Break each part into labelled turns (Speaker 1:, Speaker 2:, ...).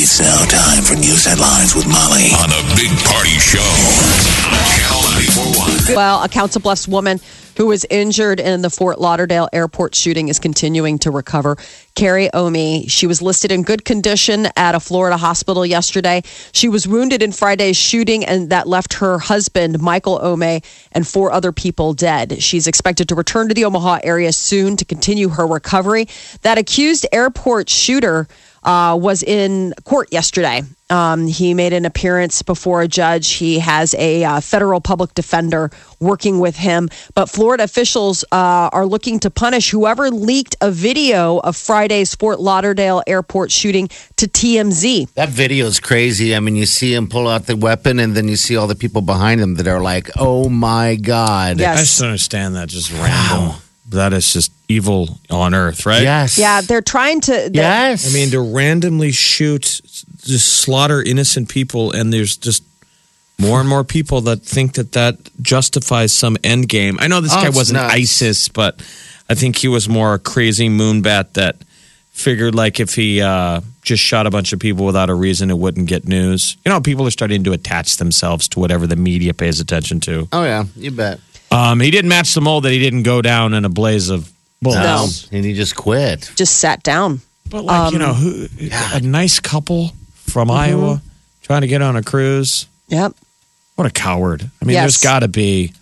Speaker 1: It's now time for news headlines with Molly on a big party show. on Channel 941.
Speaker 2: Well, a Council Bluffs woman who was injured in the Fort Lauderdale airport shooting is continuing to recover. Carrie Omi, she was listed in good condition at a Florida hospital yesterday. She was wounded in Friday's shooting, and that left her husband, Michael Omi, and four other people dead. She's expected to return to the Omaha area soon to continue her recovery. That accused airport shooter uh, was in court yesterday. Um, he made an appearance before a judge. He has a uh, federal public defender working with him. But Florida officials uh, are looking to punish whoever leaked a video of Friday's Fort Lauderdale airport shooting to TMZ.
Speaker 3: That video is crazy. I mean, you see him pull out the weapon, and then you see all the people behind him that are like, "Oh my god!"
Speaker 2: Yes.
Speaker 4: I just don't understand that. Just random. That is just evil on earth, right?
Speaker 3: Yes.
Speaker 2: Yeah, they're trying to. they're-
Speaker 3: Yes.
Speaker 4: I mean, to randomly shoot, just slaughter innocent people, and there's just more and more people that think that that justifies some end game. I know this
Speaker 3: Oh,
Speaker 4: guy
Speaker 3: it's
Speaker 4: wasn't
Speaker 3: nuts.
Speaker 4: ISIS, but I think he was more a crazy moonbat that figured like if he uh, just shot a bunch of people without a reason, it wouldn't get news. You know, people are starting to attach themselves to whatever the media pays attention to.
Speaker 3: Oh yeah, you bet.
Speaker 4: Um, he didn't match the mold that he didn't go down in a blaze of bullets.
Speaker 2: No.
Speaker 3: And he just quit.
Speaker 2: Just sat down.
Speaker 4: But like
Speaker 3: Um,
Speaker 4: you know, who, a nice couple from
Speaker 3: Mm-hmm.
Speaker 4: Iowa trying to get on a cruise.
Speaker 2: Yep.
Speaker 4: What a coward! I mean,
Speaker 2: Yes.
Speaker 4: there's got to be.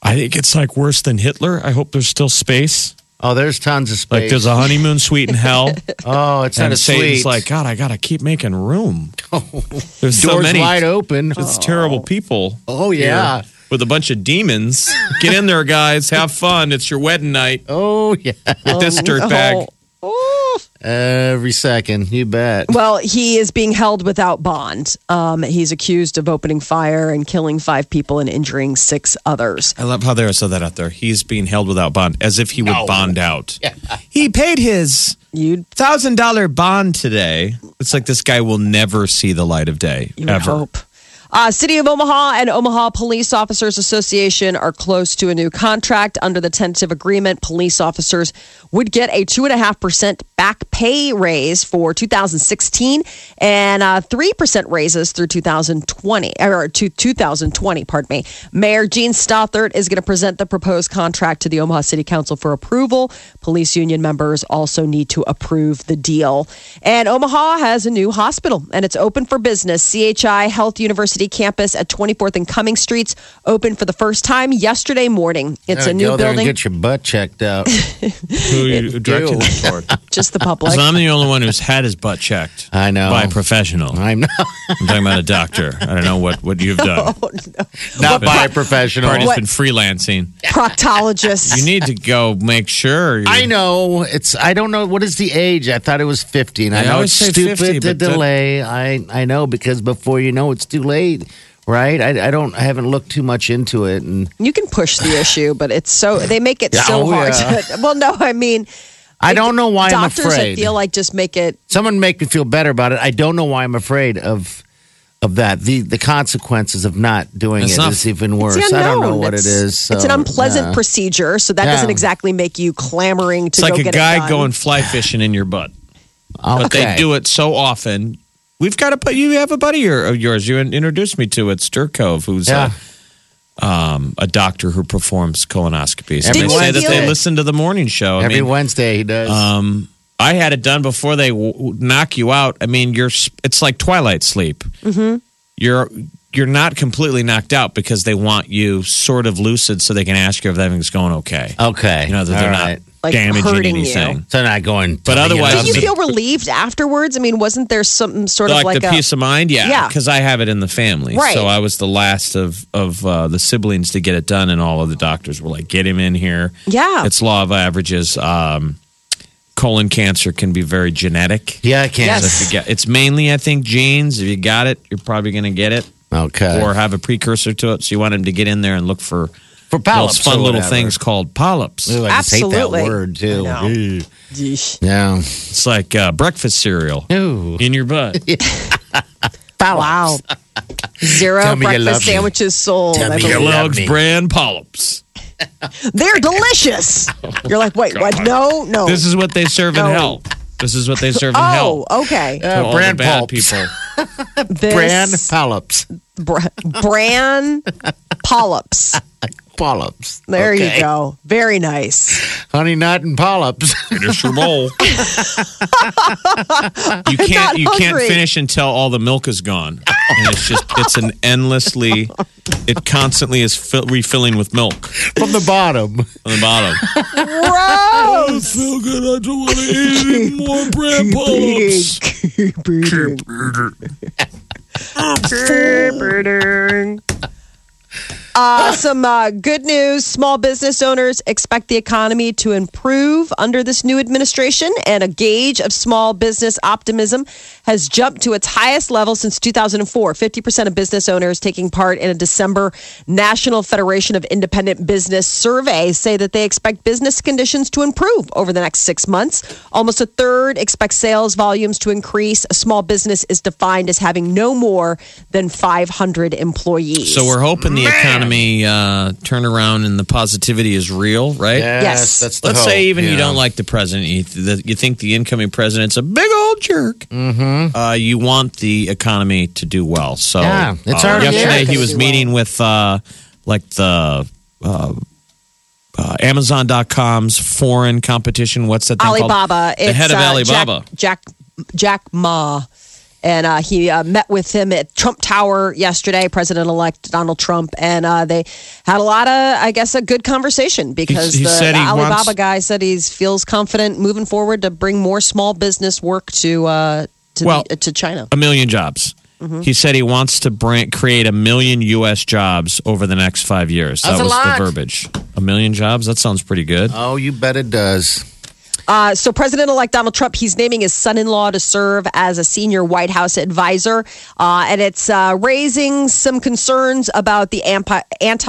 Speaker 4: I think it's like worse than Hitler. I hope there's still space.
Speaker 3: Oh, there's tons of space.
Speaker 4: Like there's a honeymoon suite in hell,
Speaker 3: oh, it's not
Speaker 4: and
Speaker 3: a
Speaker 4: Satan's
Speaker 3: suite.
Speaker 4: like, God, I gotta keep making room. There's so
Speaker 3: doors
Speaker 4: many.
Speaker 3: wide open.
Speaker 4: It's terrible people.
Speaker 3: Oh,
Speaker 4: here
Speaker 3: yeah.
Speaker 4: with a bunch of demons. get in there, guys. Have fun. It's your wedding night
Speaker 3: Oh yeah,
Speaker 4: with
Speaker 2: Um,
Speaker 4: this dirtbag.
Speaker 2: Oh.
Speaker 3: every second. You bet.
Speaker 2: Well, he is being held without bond. Um, he's accused of opening fire and killing five people and injuring six others.
Speaker 4: I love how they said that out there. He's being held without bond, as if he would bond out. He paid his
Speaker 2: You'd
Speaker 4: thousand dollar bond today. It's like this guy will never see the light of day
Speaker 2: You would
Speaker 4: ever.
Speaker 2: hope. Uh, City of Omaha and Omaha Police Officers Association are close to a new contract. Under the tentative agreement, police officers would get a 2.5% back pay raise for 2016 and uh, 3% raises through 2020, or to 2020, pardon me. Mayor Gene Stothert is going to present the proposed contract to the Omaha City Council for approval. Police union members also need to approve the deal. And Omaha has a new hospital and it's open for business. CHI Health University campus at 24th and Cumming Streets opened for the first time yesterday morning. It's
Speaker 3: Gotta
Speaker 2: a new
Speaker 3: go there and
Speaker 2: building,
Speaker 3: get your butt checked out.
Speaker 4: Who you directed
Speaker 3: Ew.
Speaker 4: that toward?
Speaker 2: just the public.
Speaker 4: Because I'm the only one who's had his butt checked.
Speaker 3: I know.
Speaker 4: By a professional.
Speaker 3: I'm
Speaker 4: I'm
Speaker 3: not,
Speaker 4: talking about a doctor. I don't know what, what you've done.
Speaker 3: not by a professional.
Speaker 4: Party's been freelancing.
Speaker 2: Proctologist.
Speaker 4: You need to go make sure. you're-
Speaker 3: I know it's. I don't know what is the age. I thought it was fifty. And I
Speaker 4: They
Speaker 3: know
Speaker 4: always
Speaker 3: it's
Speaker 4: say
Speaker 3: stupid
Speaker 4: 50,
Speaker 3: to
Speaker 4: but that-
Speaker 3: delay. I I know because before you know, it's too late, right? I, I don't. I haven't looked too much into it, and
Speaker 2: you can push the issue, but it's so they make it
Speaker 3: Yeah,
Speaker 2: so
Speaker 3: oh,
Speaker 2: hard.
Speaker 3: yeah.
Speaker 2: to- well, no, I mean,
Speaker 3: I don't know why I'm
Speaker 2: doctors I
Speaker 3: afraid.
Speaker 2: feel like just make it
Speaker 3: Someone make me feel better about it. I don't know why I'm afraid of of that. The the consequences of not doing it
Speaker 4: It's
Speaker 3: is
Speaker 4: not-
Speaker 3: even worse.
Speaker 2: It's the
Speaker 3: I don't know
Speaker 2: unknown.
Speaker 3: what
Speaker 2: it's,
Speaker 3: it is. So,
Speaker 2: it's an unpleasant
Speaker 3: yeah.
Speaker 2: procedure, so that
Speaker 3: Yeah.
Speaker 2: doesn't exactly make you clamoring to
Speaker 4: It's
Speaker 2: go
Speaker 4: like a
Speaker 2: get it
Speaker 4: guy
Speaker 2: done.
Speaker 4: going fly fishing in your butt. But
Speaker 3: Okay.
Speaker 4: they do it so often. We've got a bu- you have a buddy or- of yours you in- introduced me to at Stir Cove who's
Speaker 3: Yeah.
Speaker 4: a, um, a doctor who performs colonoscopies. And
Speaker 3: Didn't
Speaker 4: they say
Speaker 3: you
Speaker 4: that
Speaker 3: feel
Speaker 4: they
Speaker 3: it?
Speaker 4: listen to the morning show. I
Speaker 3: Every
Speaker 4: mean,
Speaker 3: Wednesday he does.
Speaker 4: um, I had it done before they w- w- knock you out. I mean, you're s- it's like twilight sleep. Mm-hmm. You're you're not completely knocked out because they want you sort of lucid so they can ask you if everything's going okay.
Speaker 3: okay.
Speaker 4: You know that
Speaker 3: All
Speaker 4: they're
Speaker 3: right.
Speaker 4: not
Speaker 2: Like
Speaker 4: damaging
Speaker 2: hurting you.
Speaker 4: anything.
Speaker 3: So not going.
Speaker 4: But otherwise-
Speaker 2: Did you
Speaker 4: opposite-
Speaker 2: feel relieved afterwards? I mean, wasn't there some sort of
Speaker 4: like,
Speaker 2: like
Speaker 4: the
Speaker 2: a
Speaker 4: peace of mind yeah
Speaker 2: Yeah.
Speaker 4: because i have it in the family
Speaker 2: Right.
Speaker 4: so i was the last of of uh, the siblings to get it done and all of the doctors were like get him in here
Speaker 2: Yeah.
Speaker 4: it's law of averages um colon cancer can be very genetic.
Speaker 3: Yeah, I can.
Speaker 4: So if you get- it's mainly, I think, genes. If you got it, you're probably going to get it
Speaker 3: Okay.
Speaker 4: or have a precursor to it. So you want them to get in there and look for
Speaker 3: for
Speaker 4: those
Speaker 3: polyps,
Speaker 4: fun
Speaker 3: or
Speaker 4: little
Speaker 3: whatever.
Speaker 4: things called polyps.
Speaker 3: Ooh, I just hate that
Speaker 5: Absolutely.
Speaker 3: word too.
Speaker 5: I know.
Speaker 3: Ew.
Speaker 2: Yeesh.
Speaker 3: Yeah. Uh,
Speaker 4: It's like uh, breakfast cereal
Speaker 3: Ooh.
Speaker 4: in your butt.
Speaker 2: Wow. Zero
Speaker 3: Tell me you
Speaker 2: breakfast
Speaker 3: love me.
Speaker 2: sandwiches sold.
Speaker 3: Tell
Speaker 2: I
Speaker 3: me you
Speaker 2: believe.
Speaker 3: love
Speaker 4: Kellogg's
Speaker 3: me.
Speaker 4: brand polyps.
Speaker 2: They're delicious. You're like, wait, what? No, no.
Speaker 4: Oh This is what they serve in
Speaker 2: Oh. No.
Speaker 4: hell. This is what they serve in
Speaker 2: oh,
Speaker 4: hell.
Speaker 2: okay.
Speaker 4: To all the
Speaker 3: brand
Speaker 4: bad
Speaker 3: pulps.
Speaker 4: people.
Speaker 2: This
Speaker 3: Bran polyps.
Speaker 2: br- bran polyps.
Speaker 3: Polyps.
Speaker 2: There
Speaker 3: Okay.
Speaker 2: you go. Very nice.
Speaker 3: Honey nut and polyps.
Speaker 4: Finish your bowl. you
Speaker 2: not
Speaker 4: can't. You can't
Speaker 2: hungry.
Speaker 4: finish until all the milk is gone. And it's just. It's an endlessly. It constantly is fill, refilling with milk
Speaker 3: From the bottom.
Speaker 4: on the bottom.
Speaker 2: Gross.
Speaker 4: So good. I don't want to eat any more brand polyps.
Speaker 2: Keep eating. Uh, some uh, good news. Small business owners expect the economy to improve under this new administration, and a gauge of small business optimism has jumped to its highest level since 2004. 50% of business owners taking part in a December National Federation of Independent Business survey say that they expect business conditions to improve over the next six months. Almost a third expect sales volumes to increase. A small business is defined as having no more than 500 employees.
Speaker 4: So we're hoping the economy uh, turnaround and the positivity is real, right?
Speaker 2: Yes.
Speaker 3: That's the
Speaker 4: Let's
Speaker 3: hope,
Speaker 4: say even you
Speaker 3: Oh, yeah.
Speaker 4: don't like the president, you, th- that you think the incoming president's a big old jerk. Mm-hmm. Uh, you want the economy to do well. So
Speaker 3: Yeah, it's
Speaker 4: uh,
Speaker 3: already
Speaker 4: yesterday
Speaker 3: there.
Speaker 4: he was
Speaker 2: Do
Speaker 4: meeting with uh, like the. Uh, uh, Amazon.com's foreign competition. What's that thing
Speaker 2: Alibaba.
Speaker 4: called? The head of
Speaker 2: uh,
Speaker 4: Alibaba.
Speaker 2: Jack, Jack Jack Ma. And uh, he uh, met with him at Trump Tower yesterday, President elect Donald Trump. And uh, they had a lot of, I guess, a good conversation because
Speaker 4: he
Speaker 2: the,
Speaker 4: said
Speaker 2: the
Speaker 4: he
Speaker 2: Alibaba
Speaker 4: wants-
Speaker 2: guy said he feels confident moving forward to bring more small business work to uh, to,
Speaker 4: Well-
Speaker 2: the, to China.
Speaker 4: a million jobs.
Speaker 3: Mm-hmm.
Speaker 4: He said he wants to bring, create a million U.S. jobs over the next five years.
Speaker 3: That's
Speaker 4: that
Speaker 3: a
Speaker 4: was
Speaker 3: lot.
Speaker 4: the verbiage. A million jobs? That sounds pretty good.
Speaker 3: Oh, you bet it does.
Speaker 2: Uh, so President-elect Donald Trump, he's naming his son-in-law to serve as a senior White House advisor, uh, and it's uh, raising some concerns about the ampi-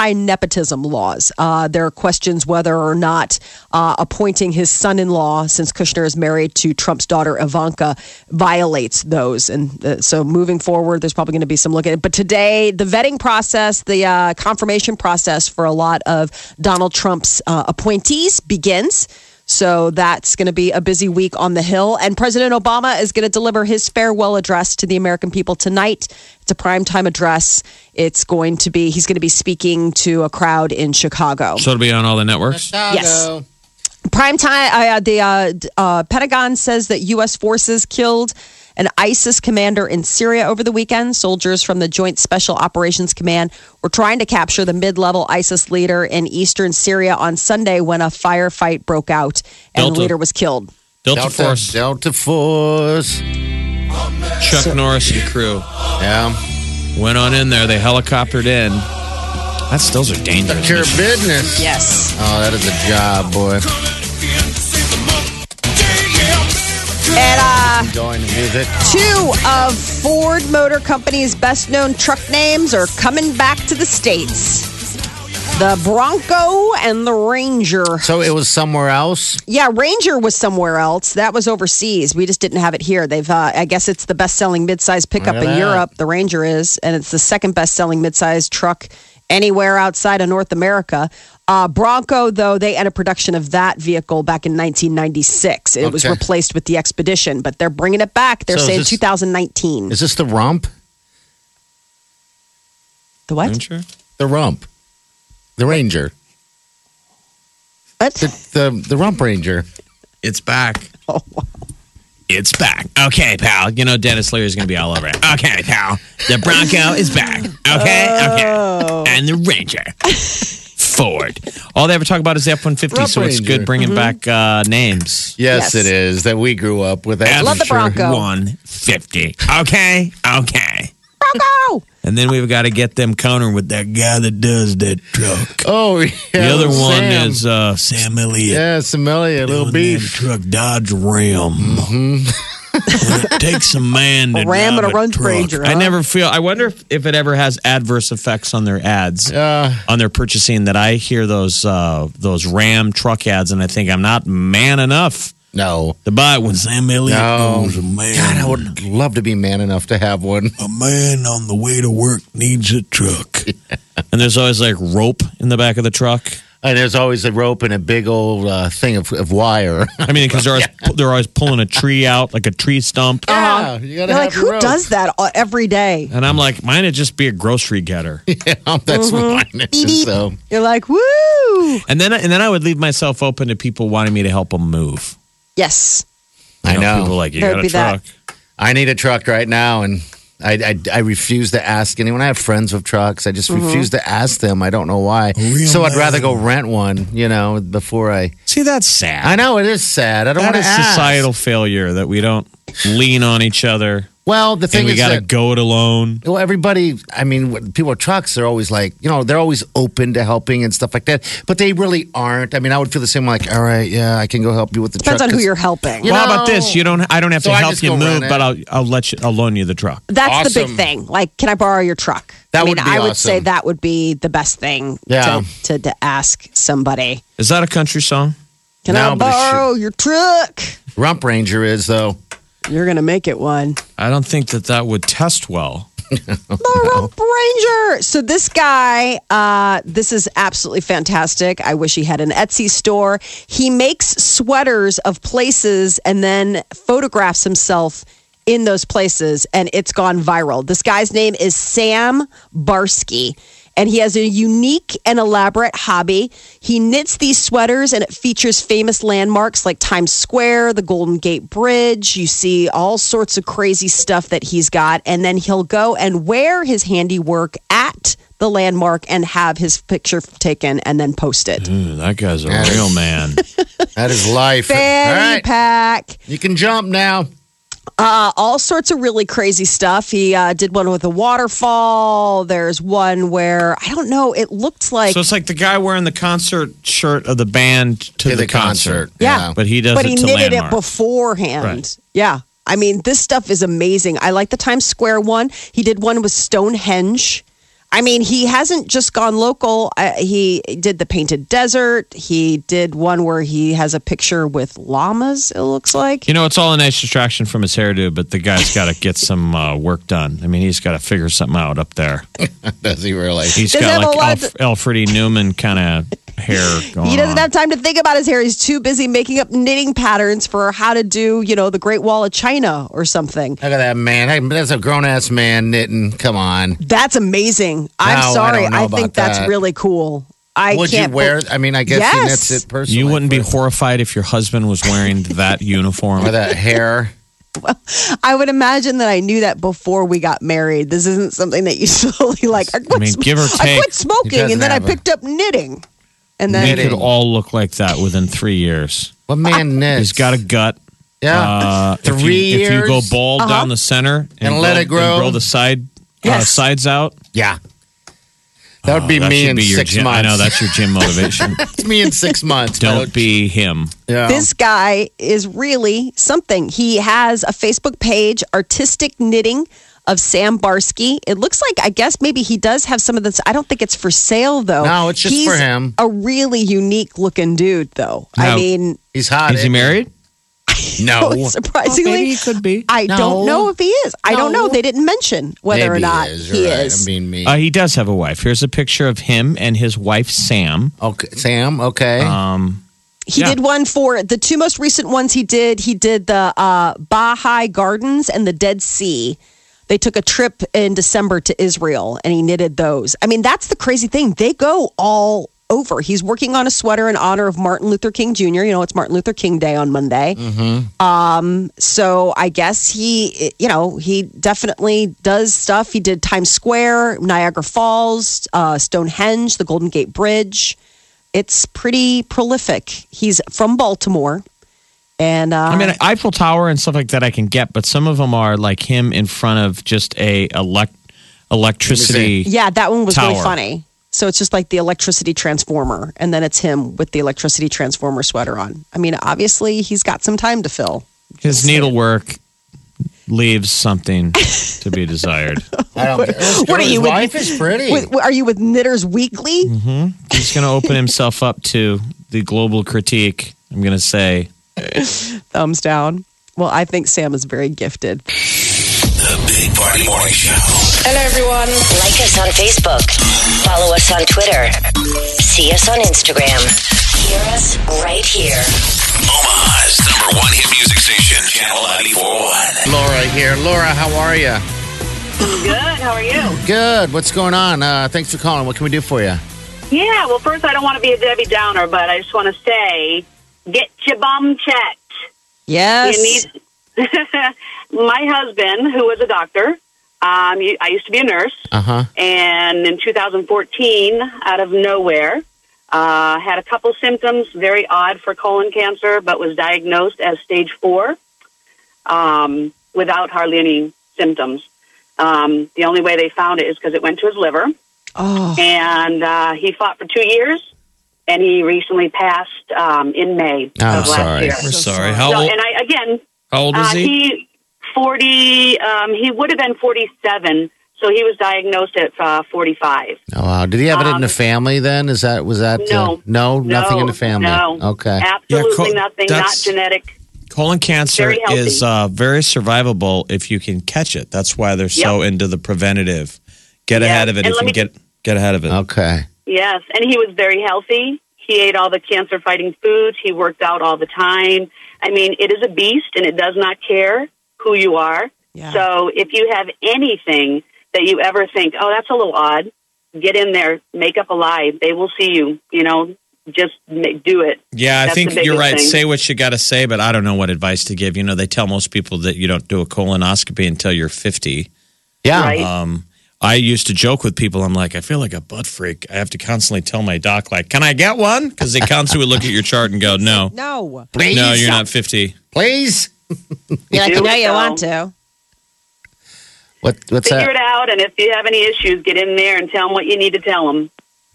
Speaker 2: anti-nepotism laws. Uh, there are questions whether or not uh, appointing his son-in-law, since Kushner is married to Trump's daughter Ivanka, violates those. And uh, so moving forward, there's probably going to be some look at it. But today, the vetting process, the uh, confirmation process for a lot of Donald Trump's uh, appointees begins. So that's going to be a busy week on the Hill. And President Obama is going to deliver his farewell address to the American people tonight. It's a primetime address. It's going to be, he's going to be speaking to a crowd in Chicago.
Speaker 4: So it'll be on all the networks.
Speaker 2: Yes. Prime time. Uh, the uh, d- uh, Pentagon says that U.S. forces killed an ISIS commander in Syria over the weekend. Soldiers from the Joint Special Operations Command were trying to capture the mid-level ISIS leader in eastern Syria on Sunday when a firefight broke out and the
Speaker 4: Delta.
Speaker 2: leader was killed.
Speaker 4: Delta,
Speaker 3: Delta
Speaker 4: Force,
Speaker 3: Delta Force.
Speaker 4: Chuck Norris and crew
Speaker 3: Yeah.
Speaker 4: went on in there. They helicoptered in. That's those are dangerous.
Speaker 3: Your
Speaker 4: missions.
Speaker 3: business.
Speaker 2: Yes.
Speaker 3: Oh, that is a job, boy.
Speaker 2: And uh,
Speaker 3: Enjoying the music.
Speaker 2: two of Ford Motor Company's best known truck names are coming back to the States the Bronco and the Ranger.
Speaker 3: So it was somewhere else.
Speaker 2: Yeah, Ranger was somewhere else. That was overseas. We just didn't have it here. They've, uh, I guess, it's the best-selling midsize pickup
Speaker 3: Look at
Speaker 2: in
Speaker 3: that.
Speaker 2: Europe. The Ranger is, and it's the second best-selling midsize truck anywhere outside of North America. Uh, Bronco, though, they ended production of that vehicle back in 1996. It was
Speaker 3: Okay.
Speaker 2: replaced with the Expedition, but they're bringing it back. They're
Speaker 3: So is
Speaker 2: saying
Speaker 3: this-
Speaker 2: 2019.
Speaker 3: Is this the rump?
Speaker 2: the what?
Speaker 4: Ranger?
Speaker 3: The rump. The ranger.
Speaker 2: What?
Speaker 3: The the rump ranger.
Speaker 4: It's back. It's back. Okay, pal. You know Dennis Leary's gonna be all over it. Okay, pal. The Bronco is back. Okay,
Speaker 3: Oh.
Speaker 4: okay. And the Ranger. Ford. All they ever talk about is the F one fifty, so it's
Speaker 3: Ranger. Mm-hmm.
Speaker 4: good bringing back uh, names.
Speaker 3: Yes,
Speaker 2: Yes.
Speaker 3: it is that we grew up with. That
Speaker 2: Love the Bronco.
Speaker 4: One fifty. Okay, okay.
Speaker 2: Bronco.
Speaker 4: And then we've got to get them countering with that guy that does that truck.
Speaker 3: Oh, yeah.
Speaker 4: The other
Speaker 3: little
Speaker 4: one
Speaker 3: Sam.
Speaker 4: is uh, Sam Elliott.
Speaker 3: Yeah, Samelia, little
Speaker 4: doing
Speaker 3: beef.
Speaker 4: that Truck Dodge Ram. Well, it takes a man to
Speaker 2: Mm-hmm. A Ram
Speaker 4: drive
Speaker 2: and a Road
Speaker 4: truck.
Speaker 2: Ranger,
Speaker 4: I
Speaker 2: huh?
Speaker 4: never feel. I wonder if, if it ever has adverse effects on their ads,
Speaker 3: Uh,
Speaker 4: on their purchasing. That I hear those uh, those Ram truck ads, and I think I'm not man enough
Speaker 3: no.
Speaker 4: to buy one. Sam Elliott
Speaker 3: No.
Speaker 4: a man.
Speaker 3: God, I would love to be man enough to have one.
Speaker 4: a man on the way to work needs a truck. And there's always like rope in the back of the truck.
Speaker 3: And there's always a rope and a big old uh, thing of, of wire.
Speaker 4: I mean, because they're always they're always pulling a tree out like a tree stump.
Speaker 3: Yeah, you gotta
Speaker 2: You're
Speaker 3: have
Speaker 2: like,
Speaker 3: the
Speaker 2: who
Speaker 3: rope.
Speaker 2: does that all- every day?
Speaker 4: And I'm like, mine would just be a grocery getter.
Speaker 3: Yeah, that's
Speaker 2: Mm-hmm.
Speaker 3: mine. So
Speaker 2: You're like, woo!
Speaker 4: And then and then I would leave myself open to people wanting me to help them move.
Speaker 2: Yes.
Speaker 3: I
Speaker 4: You
Speaker 3: know.
Speaker 4: people like you
Speaker 2: There'd
Speaker 4: got a
Speaker 2: be that.
Speaker 4: truck.
Speaker 3: I need a truck right now, and I I, I refuse to ask anyone. I have friends with trucks. I
Speaker 4: Mm-hmm.
Speaker 3: just refuse to ask them. I don't know why. So I'd rather go rent one. You know, before I.
Speaker 4: See, that's sad.
Speaker 3: I know it is sad. I don't
Speaker 4: That
Speaker 3: want to
Speaker 4: is
Speaker 3: ask.
Speaker 4: societal failure that we don't lean on each other
Speaker 3: Well, the thing
Speaker 4: and we
Speaker 3: is
Speaker 4: got to
Speaker 3: that-
Speaker 4: go it alone.
Speaker 3: Well, everybody, I mean, when people with trucks, they're always like, you know, they're always open to helping and stuff like that, but they really aren't. I mean, I would feel the same, like, all right, yeah, I can go help you with the
Speaker 2: Depends
Speaker 3: truck.
Speaker 2: on who
Speaker 3: 'cause-
Speaker 2: you're helping.
Speaker 3: You
Speaker 4: well, how about
Speaker 3: know-
Speaker 4: this? You don't. I don't have
Speaker 3: So
Speaker 4: to
Speaker 3: I
Speaker 4: help
Speaker 3: just
Speaker 4: you
Speaker 3: go
Speaker 4: move,
Speaker 3: rent it.
Speaker 4: but I'll I'll let you. I'll loan you the truck.
Speaker 2: That's the
Speaker 3: Awesome.
Speaker 2: big thing. Like, can I borrow your truck?
Speaker 3: That
Speaker 2: I mean,
Speaker 3: would be
Speaker 2: I would
Speaker 3: awesome.
Speaker 2: say that would be the best thing
Speaker 3: Yeah.
Speaker 2: to, to, to ask somebody.
Speaker 4: Is that a country song?
Speaker 2: Can
Speaker 3: No,
Speaker 2: I
Speaker 3: but it should-
Speaker 2: borrow your truck?
Speaker 3: Rump Ranger is, though.
Speaker 2: You're gonna make it one.
Speaker 4: I don't think that that would test well.
Speaker 3: Oh,
Speaker 2: The Rump Ranger. So this guy, uh, this is absolutely fantastic. I wish he had an Etsy store. He makes sweaters of places and then photographs himself in those places, and it's gone viral. This guy's name is Sam Barsky. And he has a unique and elaborate hobby. He knits these sweaters and it features famous landmarks like Times Square, the Golden Gate Bridge. You see all sorts of crazy stuff that he's got. And then he'll go and wear his handiwork at the landmark and have his picture taken and then post it.
Speaker 3: Mm-hmm.
Speaker 4: Ooh, that guy's a
Speaker 3: Yes.
Speaker 4: real man.
Speaker 3: That is life. all
Speaker 2: Fanny
Speaker 3: right,
Speaker 2: pack.
Speaker 3: you can jump now.
Speaker 2: uh, all sorts of really crazy stuff. He uh, did one with a waterfall. There's one where I don't know. It looked like
Speaker 4: so it's like the guy wearing the concert shirt of the band to,
Speaker 3: To
Speaker 4: the,
Speaker 3: the concert.
Speaker 4: concert.
Speaker 3: Yeah.
Speaker 4: but he does.
Speaker 2: but
Speaker 4: it
Speaker 2: he
Speaker 4: to
Speaker 2: knitted
Speaker 4: landmark.
Speaker 2: it beforehand.
Speaker 4: Right.
Speaker 2: Yeah. I mean, this stuff is amazing. I like the Times Square one. He did one with Stonehenge. I mean, he hasn't just gone local. Uh, he did the Painted Desert. He did one where he has a picture with llamas, it looks like.
Speaker 4: You know, it's all a nice distraction from his hairdo, but the guy's got to get some uh, work done. I mean, he's got to figure something out up there.
Speaker 3: Does he really?
Speaker 4: He's
Speaker 2: Doesn't
Speaker 4: got
Speaker 2: have a
Speaker 4: like
Speaker 2: lot
Speaker 4: Alf- Alfred E. Newman kind of hair going.
Speaker 2: He doesn't
Speaker 4: on.
Speaker 2: have time to think about his hair. He's too busy making up knitting patterns for how to do, you know, the Great Wall of China or something.
Speaker 3: Look at that man. Hey, That's a grown ass man knitting. Come on.
Speaker 2: That's amazing. I'm
Speaker 3: No, I
Speaker 2: sorry.
Speaker 3: don't know
Speaker 2: I,
Speaker 3: about
Speaker 2: think that's
Speaker 3: that.
Speaker 2: really cool. I
Speaker 3: Would you
Speaker 2: can't
Speaker 3: wear?
Speaker 2: bel-
Speaker 3: I mean, I guess he
Speaker 2: Yes.
Speaker 3: knits it personally.
Speaker 4: You wouldn't be
Speaker 3: for-
Speaker 4: horrified if your husband was wearing that uniform.
Speaker 3: or that hair.
Speaker 2: I would imagine that I knew that before we got married. This isn't something that you slowly like. I, quit,
Speaker 4: mean,
Speaker 2: sm-
Speaker 4: give or
Speaker 2: I
Speaker 4: take,
Speaker 2: quit smoking,
Speaker 3: doesn't
Speaker 2: and then I
Speaker 3: have a-
Speaker 2: picked up knitting, and then
Speaker 4: we
Speaker 3: Knitting.
Speaker 4: could all look like that within three years.
Speaker 3: What man knits?
Speaker 4: He's got a gut.
Speaker 3: yeah.
Speaker 4: Uh, if you,
Speaker 3: Three
Speaker 4: If you go
Speaker 3: years? Uh-huh.
Speaker 4: bald down the center and,
Speaker 3: And let it grow.
Speaker 4: and grow the side uh,
Speaker 2: Yes.
Speaker 4: sides out.
Speaker 3: yeah. That would be
Speaker 4: Oh, that
Speaker 3: me
Speaker 4: should
Speaker 3: in
Speaker 4: be your
Speaker 3: six
Speaker 4: gym.
Speaker 3: months.
Speaker 4: I know that's your gym motivation.
Speaker 3: It's me in six months.
Speaker 4: Don't
Speaker 3: Coach.
Speaker 4: be him.
Speaker 3: Yeah.
Speaker 2: This guy is really something. He has a Facebook page, Artistic Knitting of Sam Barsky. It looks like, I guess maybe he does have some of this. I don't think it's for sale, though.
Speaker 3: No, it's just
Speaker 2: He's
Speaker 3: for him.
Speaker 2: a really unique looking dude, though. I
Speaker 4: No.
Speaker 2: mean,
Speaker 3: He's hot.
Speaker 4: Is he married?
Speaker 3: No.
Speaker 2: surprisingly,
Speaker 4: Maybe he could be.
Speaker 2: I
Speaker 3: No.
Speaker 2: don't know if he is. I don't know.
Speaker 3: No.
Speaker 2: They didn't mention whether
Speaker 3: Maybe
Speaker 2: or not
Speaker 3: he is.
Speaker 2: he
Speaker 3: You're right.
Speaker 2: is.
Speaker 3: I'm being mean.
Speaker 4: Uh, he does have a wife. Here's a picture of him and his wife Sam.
Speaker 3: okay, Sam. Okay.
Speaker 4: Um,
Speaker 2: He
Speaker 4: Yeah.
Speaker 2: did one for the two most recent ones he did. He did the uh, Baha'i Gardens and the Dead Sea. They took a trip in December to Israel and he knitted those. I mean, that's the crazy thing. They go all over. He's working on a sweater in honor of Martin Luther King Jr. You know, it's Martin Luther King Day on Monday.
Speaker 4: Mm-hmm.
Speaker 2: Um, so I guess he, you know, he definitely does stuff. He did Times Square, Niagara Falls, uh, Stonehenge, the Golden Gate Bridge it's pretty prolific. He's from Baltimore, and uh,
Speaker 4: I mean, Eiffel Tower and stuff like that I can get, but some of them are like him in front of just a elect electricity.
Speaker 2: Yeah, that one was really
Speaker 4: Tower.
Speaker 2: funny. So it's just like the electricity transformer, and then it's him with the electricity transformer sweater on. I mean, obviously he's got some time to fill.
Speaker 4: His needlework leaves something to be desired.
Speaker 3: I don't care.
Speaker 2: What are
Speaker 3: His
Speaker 2: you with-
Speaker 3: wife is pretty.
Speaker 2: Wait, are you with Knitters Weekly?
Speaker 4: Mm. He's going to open himself up to the global critique. I'm going to say
Speaker 2: Thumbs down. Well, I think Sam is very gifted.
Speaker 1: The Big Party Morning Show.
Speaker 5: Hello, everyone.
Speaker 6: Like us on Facebook. Follow us on Twitter. See us on Instagram. Hear us right here.
Speaker 1: Omaha's number one hit music station, Channel 941.
Speaker 3: Laura here. Laura, how are you?
Speaker 7: Good. How are you?
Speaker 3: Good. What's going on? Uh, thanks for calling. What can we do for you?
Speaker 7: Yeah. Well, first, I don't want to be a Debbie Downer, but I just want to say, get your bum checked.
Speaker 2: Yes.
Speaker 7: You need. My husband, who was a doctor, um, you- I used to be a nurse,
Speaker 3: Uh huh.
Speaker 7: and in 2014, out of nowhere, uh, had a couple symptoms, very odd for colon cancer, but was diagnosed as stage four um, without hardly any symptoms. Um, the only way they found it is because it went to his liver.
Speaker 2: oh,
Speaker 7: and uh, he fought for two years, and he recently passed um, in May
Speaker 3: I'm
Speaker 7: of last
Speaker 3: sorry.
Speaker 7: year.
Speaker 4: we're
Speaker 7: So,
Speaker 4: sorry. Oh. How old,
Speaker 7: and I again,
Speaker 4: how old
Speaker 7: uh,
Speaker 4: is he?
Speaker 7: he forty. Um, he would have been forty-seven, so he was diagnosed at uh, forty-five.
Speaker 3: Oh, wow. Did he have it in
Speaker 7: Um,
Speaker 3: the family then? Is that, was that, uh,
Speaker 7: No.
Speaker 3: no, nothing in the
Speaker 7: No,
Speaker 3: family?
Speaker 7: No,
Speaker 3: Okay.
Speaker 7: absolutely
Speaker 4: Yeah, co-
Speaker 7: nothing. Not
Speaker 4: that's-
Speaker 7: genetic.
Speaker 4: Colon cancer
Speaker 7: Very healthy.
Speaker 4: is uh, very survivable if you can catch it. That's why they're so into the preventative. Get
Speaker 7: Yeah.
Speaker 4: ahead of it
Speaker 7: And
Speaker 4: if
Speaker 7: let
Speaker 4: you
Speaker 7: me-
Speaker 4: get get ahead of it.
Speaker 3: Okay.
Speaker 7: Yes, and he was very healthy. He ate all the cancer fighting foods. He worked out all the time. I mean, it is a beast and it does not care who you are.
Speaker 2: yeah.
Speaker 7: So if you have anything that you ever think, oh, that's a little odd, get in there, make up a lie. They will see you. You know, just ma- do it.
Speaker 4: Yeah, I
Speaker 7: That's
Speaker 4: think
Speaker 7: the
Speaker 4: you're
Speaker 7: biggest
Speaker 4: right.
Speaker 7: thing.
Speaker 4: Say what you got to say, but I don't know what advice to give. You know, they tell most people that you don't do a colonoscopy until you're 50.
Speaker 3: Yeah.
Speaker 7: Right.
Speaker 4: Um, I used to joke with people. I'm like, I feel like a butt freak. I have to constantly tell my doc, like, can I get one? Because they constantly look at your chart and go, no,
Speaker 2: no.
Speaker 3: Please.
Speaker 4: no, you're not 50.
Speaker 3: Please.
Speaker 2: You're like,
Speaker 7: do
Speaker 2: you know
Speaker 7: it,
Speaker 2: you
Speaker 7: though.
Speaker 2: want to.
Speaker 3: What, what's
Speaker 7: Figure
Speaker 3: that?
Speaker 7: it out, and if you have any issues, get in there and tell them what you need to tell them.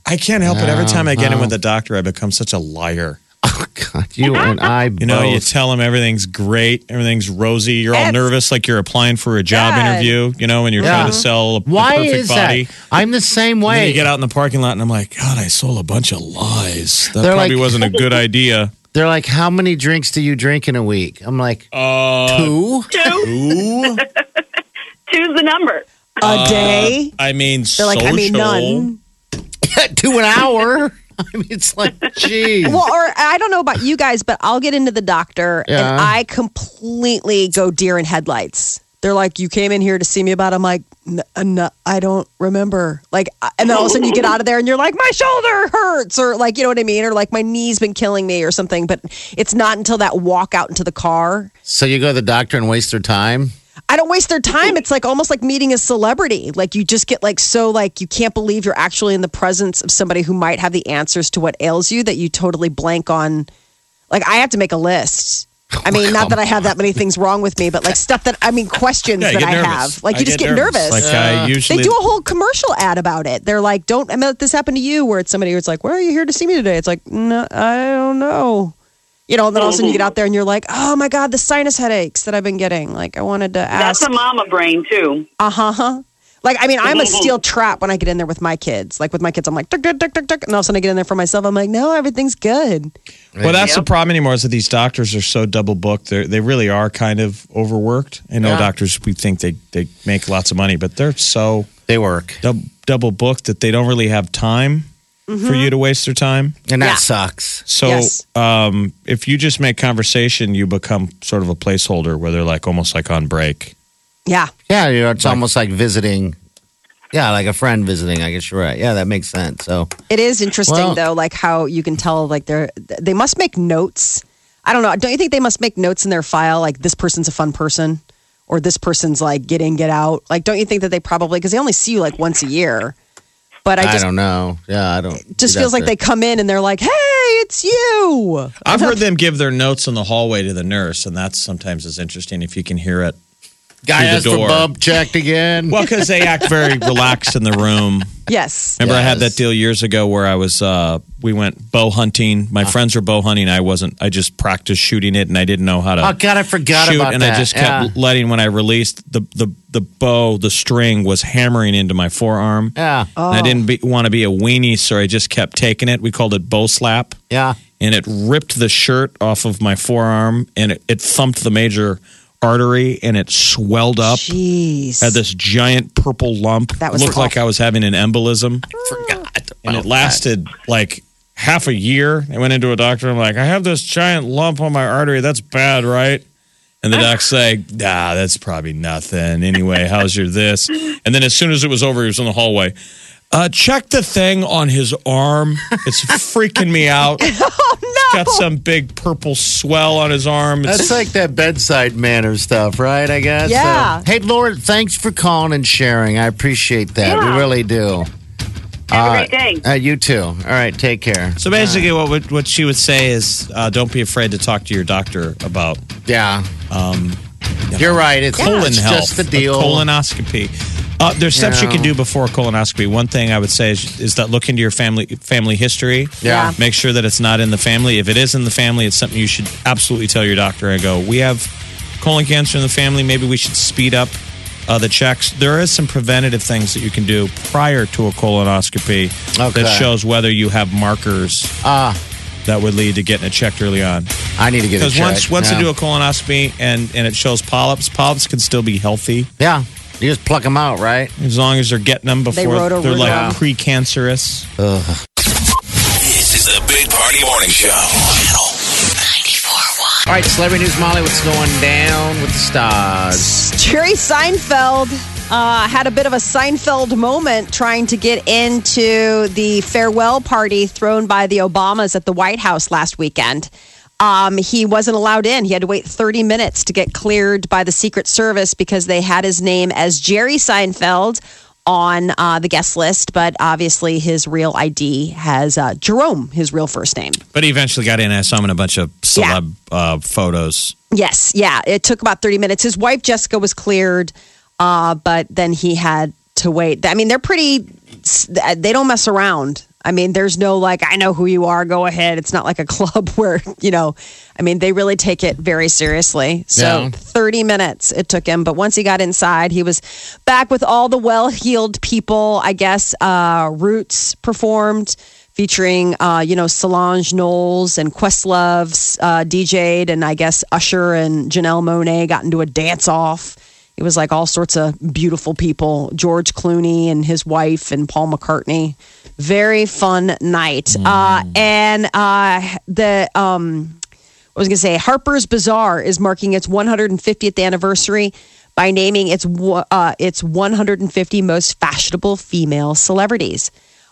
Speaker 4: I can't help it. Every
Speaker 3: No,
Speaker 4: time I get in
Speaker 3: no.
Speaker 4: with a doctor, I become such a liar.
Speaker 3: Oh, God. You and I
Speaker 4: You know, you
Speaker 3: both.
Speaker 4: tell them everything's great, everything's rosy. You're all
Speaker 2: That's-
Speaker 4: nervous, like you're applying for a job
Speaker 2: God.
Speaker 4: interview. You know, and you're
Speaker 3: Yeah.
Speaker 4: trying to sell a, the
Speaker 3: Why
Speaker 4: perfect
Speaker 3: is
Speaker 4: body.
Speaker 3: that? I'm the same
Speaker 4: And then you
Speaker 3: way.
Speaker 4: get out in the parking lot, and I'm like, God, I sold a bunch of lies. That
Speaker 3: They're
Speaker 4: probably
Speaker 3: like-
Speaker 4: wasn't a good idea.
Speaker 3: They're like, how many drinks do you drink in a week? I'm like,
Speaker 4: Uh,
Speaker 3: two?
Speaker 7: Two,
Speaker 4: ooh.
Speaker 7: two's the number.
Speaker 2: A day.
Speaker 4: I mean,
Speaker 2: They're like, I mean,
Speaker 4: Uh, social.
Speaker 2: none.
Speaker 3: to an hour? I mean, it's like, geez.
Speaker 2: Well, or I don't know about you guys, but I'll get into the doctor and
Speaker 3: Yeah.
Speaker 2: I completely go deer in headlights. They're like, you came in here to see me about. I'm like, N- uh, no, I don't remember. Like, I- and then all of a sudden you get out of there and you're like, my shoulder hurts, or like, you know what I mean, or like my knee's been killing me or something. But it's not until that walk out into the car
Speaker 3: so you go to the doctor and waste their time?
Speaker 2: I don't waste their time. It's like almost like meeting a celebrity. Like you just get like so like you can't believe you're actually in the presence of somebody who might have the answers to what ails you that you totally blank on. Like I have to make a list. I mean, not that I have that many things wrong with me, but like stuff that I mean questions
Speaker 4: Yeah,
Speaker 2: that
Speaker 4: you get
Speaker 2: I
Speaker 4: nervous.
Speaker 2: have. Like you
Speaker 4: I
Speaker 2: just get nervous.
Speaker 4: Like I
Speaker 2: they
Speaker 4: usually
Speaker 2: do a whole commercial ad about it. They're like, "Don't I mean, this happened to you?" Where it's somebody who's like, "Where are you here to see me today?" It's like, "No, I don't know." You know, and then all of a sudden you get out there and you're like, "Oh my god, the sinus headaches that I've been getting." Like, I wanted to
Speaker 7: That's
Speaker 2: ask.
Speaker 7: a mama brain too.
Speaker 2: Uh huh. Like, I mean, I'm a steel trap when I get in there with my kids. Like with my kids, I'm like, "Tick, tick, tick, tick, tick," and all of a sudden I get in there for myself. I'm like, "No, everything's good."
Speaker 4: Well, that's the problem anymore is that these doctors are so double booked. They they really are kind of overworked. I know doctors we think they they make lots of money, but they're so
Speaker 3: They work.
Speaker 4: dub, double booked that they don't really have time for you to waste their time.
Speaker 3: And that
Speaker 2: Yeah.
Speaker 3: sucks.
Speaker 4: So
Speaker 2: Mm-hmm. Yes.
Speaker 4: um, if you just make conversation, you become sort of a placeholder where they're like almost like on break.
Speaker 2: Yeah.
Speaker 3: Yeah, you know, it's almost like visiting. Yeah, like a friend visiting. I guess you're right. Yeah, that makes sense. So
Speaker 2: It is interesting
Speaker 3: Well-
Speaker 2: though, like how you can tell like they're they must make notes. I don't know. Don't you think they must make notes in their file? Like this person's a fun person, or this person's like get in, get out. Like, don't you think that they probably because they only see you like once a year. But I
Speaker 3: I,
Speaker 2: just
Speaker 3: don't know. Yeah, I don't.
Speaker 2: just feels like they come in and they're like, hey, it's you.
Speaker 4: I've heard them give their notes in the hallway to the nurse, and that's sometimes as interesting if you can hear it.
Speaker 3: Guy
Speaker 4: through the
Speaker 3: asked for
Speaker 4: door.
Speaker 3: bump checked again.
Speaker 4: Well, because they act very relaxed in the room.
Speaker 2: Yes.
Speaker 4: Remember, I had
Speaker 2: Yes.
Speaker 4: that deal years ago where I was, uh, we went bow hunting.
Speaker 3: Uh-huh.
Speaker 4: My friends were bow hunting. I wasn't, I just practiced shooting it and I didn't know how to
Speaker 3: oh God, I forgot
Speaker 4: shoot.
Speaker 3: about
Speaker 4: And
Speaker 3: that.
Speaker 4: I just kept letting, when I released the, the, the bow, the string was hammering into my forearm.
Speaker 3: yeah, yeah,
Speaker 4: And I didn't be, want to be a weenie, so I just kept taking it. We called it bow slap.
Speaker 3: yeah.
Speaker 4: and it ripped the shirt off of my forearm and it, it thumped the major artery and it swelled up.
Speaker 2: Jeez.
Speaker 4: Had this giant purple lump.
Speaker 2: That was
Speaker 4: looked like
Speaker 2: awful.
Speaker 4: I was having an embolism.
Speaker 3: Forgot.
Speaker 4: And it lasted like half a year. I went into a doctor. I'm like, I have this giant lump on my artery. That's bad, right? And the doc's like, Nah, that's probably nothing. Anyway, how's your this? And then as soon as it was over, he was in the hallway. Uh, check the thing on his arm. It's freaking me out.
Speaker 2: Oh,
Speaker 4: Got some big purple swell on his arm. It's
Speaker 3: That's like that bedside manner stuff, right? I guess.
Speaker 2: Yeah.
Speaker 3: So- hey, Lord, thanks for calling and sharing. I appreciate that. We
Speaker 7: Yeah.
Speaker 3: really do.
Speaker 7: Have
Speaker 3: Uh,
Speaker 7: a great day.
Speaker 3: Uh, you too. All right, take care.
Speaker 4: So basically, what would, what she would say is, uh, don't be afraid to talk to your doctor about
Speaker 3: Yeah. Um, You're right. It's,
Speaker 4: colon
Speaker 3: it's
Speaker 4: health,
Speaker 3: just the
Speaker 4: a
Speaker 3: deal.
Speaker 4: colonoscopy. Uh, there's steps you
Speaker 3: Yeah.
Speaker 4: can do before a colonoscopy. One thing I would say is, is that look into your family family history.
Speaker 3: Yeah. Yeah.
Speaker 4: Make sure that it's not in the family. If it is in the family, it's something you should absolutely tell your doctor. I go, we have colon cancer in the family. Maybe we should speed up uh, the checks. There is some preventative things that you can do prior to a colonoscopy
Speaker 3: Okay.
Speaker 4: that shows whether you have markers
Speaker 3: Ah,
Speaker 4: that would lead to getting it checked early on.
Speaker 3: I need to get it
Speaker 4: Because once
Speaker 3: checked.
Speaker 4: once
Speaker 3: yeah.
Speaker 4: you do a colonoscopy and and it shows polyps, polyps can still be healthy
Speaker 3: yeah, you just pluck them out, right?
Speaker 4: as long as they're getting them before
Speaker 2: wrote a
Speaker 4: they're like
Speaker 3: room.
Speaker 4: precancerous.
Speaker 1: This is the Big Party Morning Show. Channel 94.1.
Speaker 3: All right, celebrity news, Molly. What's going down with the stars?
Speaker 2: Jerry Seinfeld uh, had a bit of a Seinfeld moment trying to get into the farewell party thrown by the Obamas at the White House last weekend. Um, he wasn't allowed in. He had to wait 30 minutes to get cleared by the Secret Service because they had his name as Jerry Seinfeld on uh, the guest list, but obviously his real ID has uh, Jerome, his real first name.
Speaker 4: But he eventually got in. I saw him in a bunch of celeb uh, photos.
Speaker 2: Yes, yeah. It took about 30 minutes. His wife, Jessica, was cleared, uh, but then he had to wait. I mean, they're pretty, they don't mess around. I mean, there's no like, I know who you are, go ahead. It's not like a club where, you know, I mean, they really take it very seriously. So
Speaker 3: Yeah.
Speaker 2: 30 minutes it took him. But once he got inside, he was back with all the well heeled people. I guess uh, Roots performed, featuring, uh, you know, Solange Knowles and Questlove uh, DJ'd. And I guess Usher and Janelle Monet got into a dance off. It was like all sorts of beautiful people George Clooney and his wife and Paul McCartney. Very fun night. Uh, and uh, the. Um, I was going to say Harper's Bazaar is marking its 150th anniversary by naming its wo- uh, its 150 most fashionable female celebrities.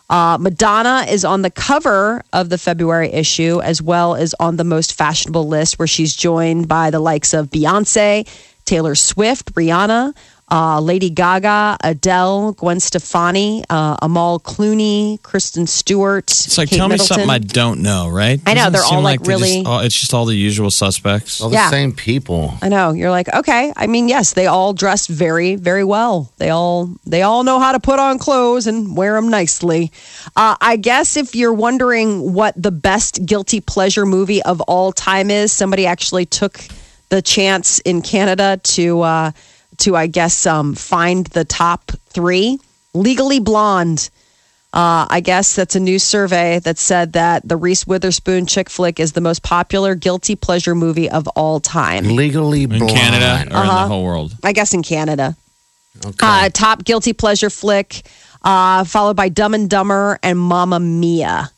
Speaker 2: Uh, Madonna is on the cover of the February issue, as well as on the most fashionable list, where she's joined by the likes of Beyonce, Taylor Swift, Rihanna, uh, Lady Gaga, Adele, Gwen Stefani, uh, Amal Clooney, Kristen Stewart.
Speaker 4: It's like tell me something I don't know, right?
Speaker 2: I know,
Speaker 4: Doesn't
Speaker 2: they're
Speaker 4: seem
Speaker 2: all, like,
Speaker 4: they just-
Speaker 2: really-
Speaker 4: all- it's just all the usual suspects.
Speaker 3: All the
Speaker 2: Yeah.
Speaker 3: same people.
Speaker 2: I know. You're like, okay. I mean, yes, they all dress very, very well. They all they all know how to put on clothes and wear them nicely. Uh, I guess if you're wondering what the best guilty pleasure movie of all time is, somebody actually took the chance in Canada to uh, to I guess um, find the top three. Legally Blonde. Uh, I guess that's a new survey that said that the Reese Witherspoon chick flick is the most popular guilty pleasure movie of all time.
Speaker 3: Legally
Speaker 4: in
Speaker 3: blonde.
Speaker 4: Canada or in
Speaker 2: Uh-huh.
Speaker 4: the whole world.
Speaker 2: I guess in Canada. Uh, top guilty pleasure flick, uh, followed by Dumb and Dumber and Mamma Mia.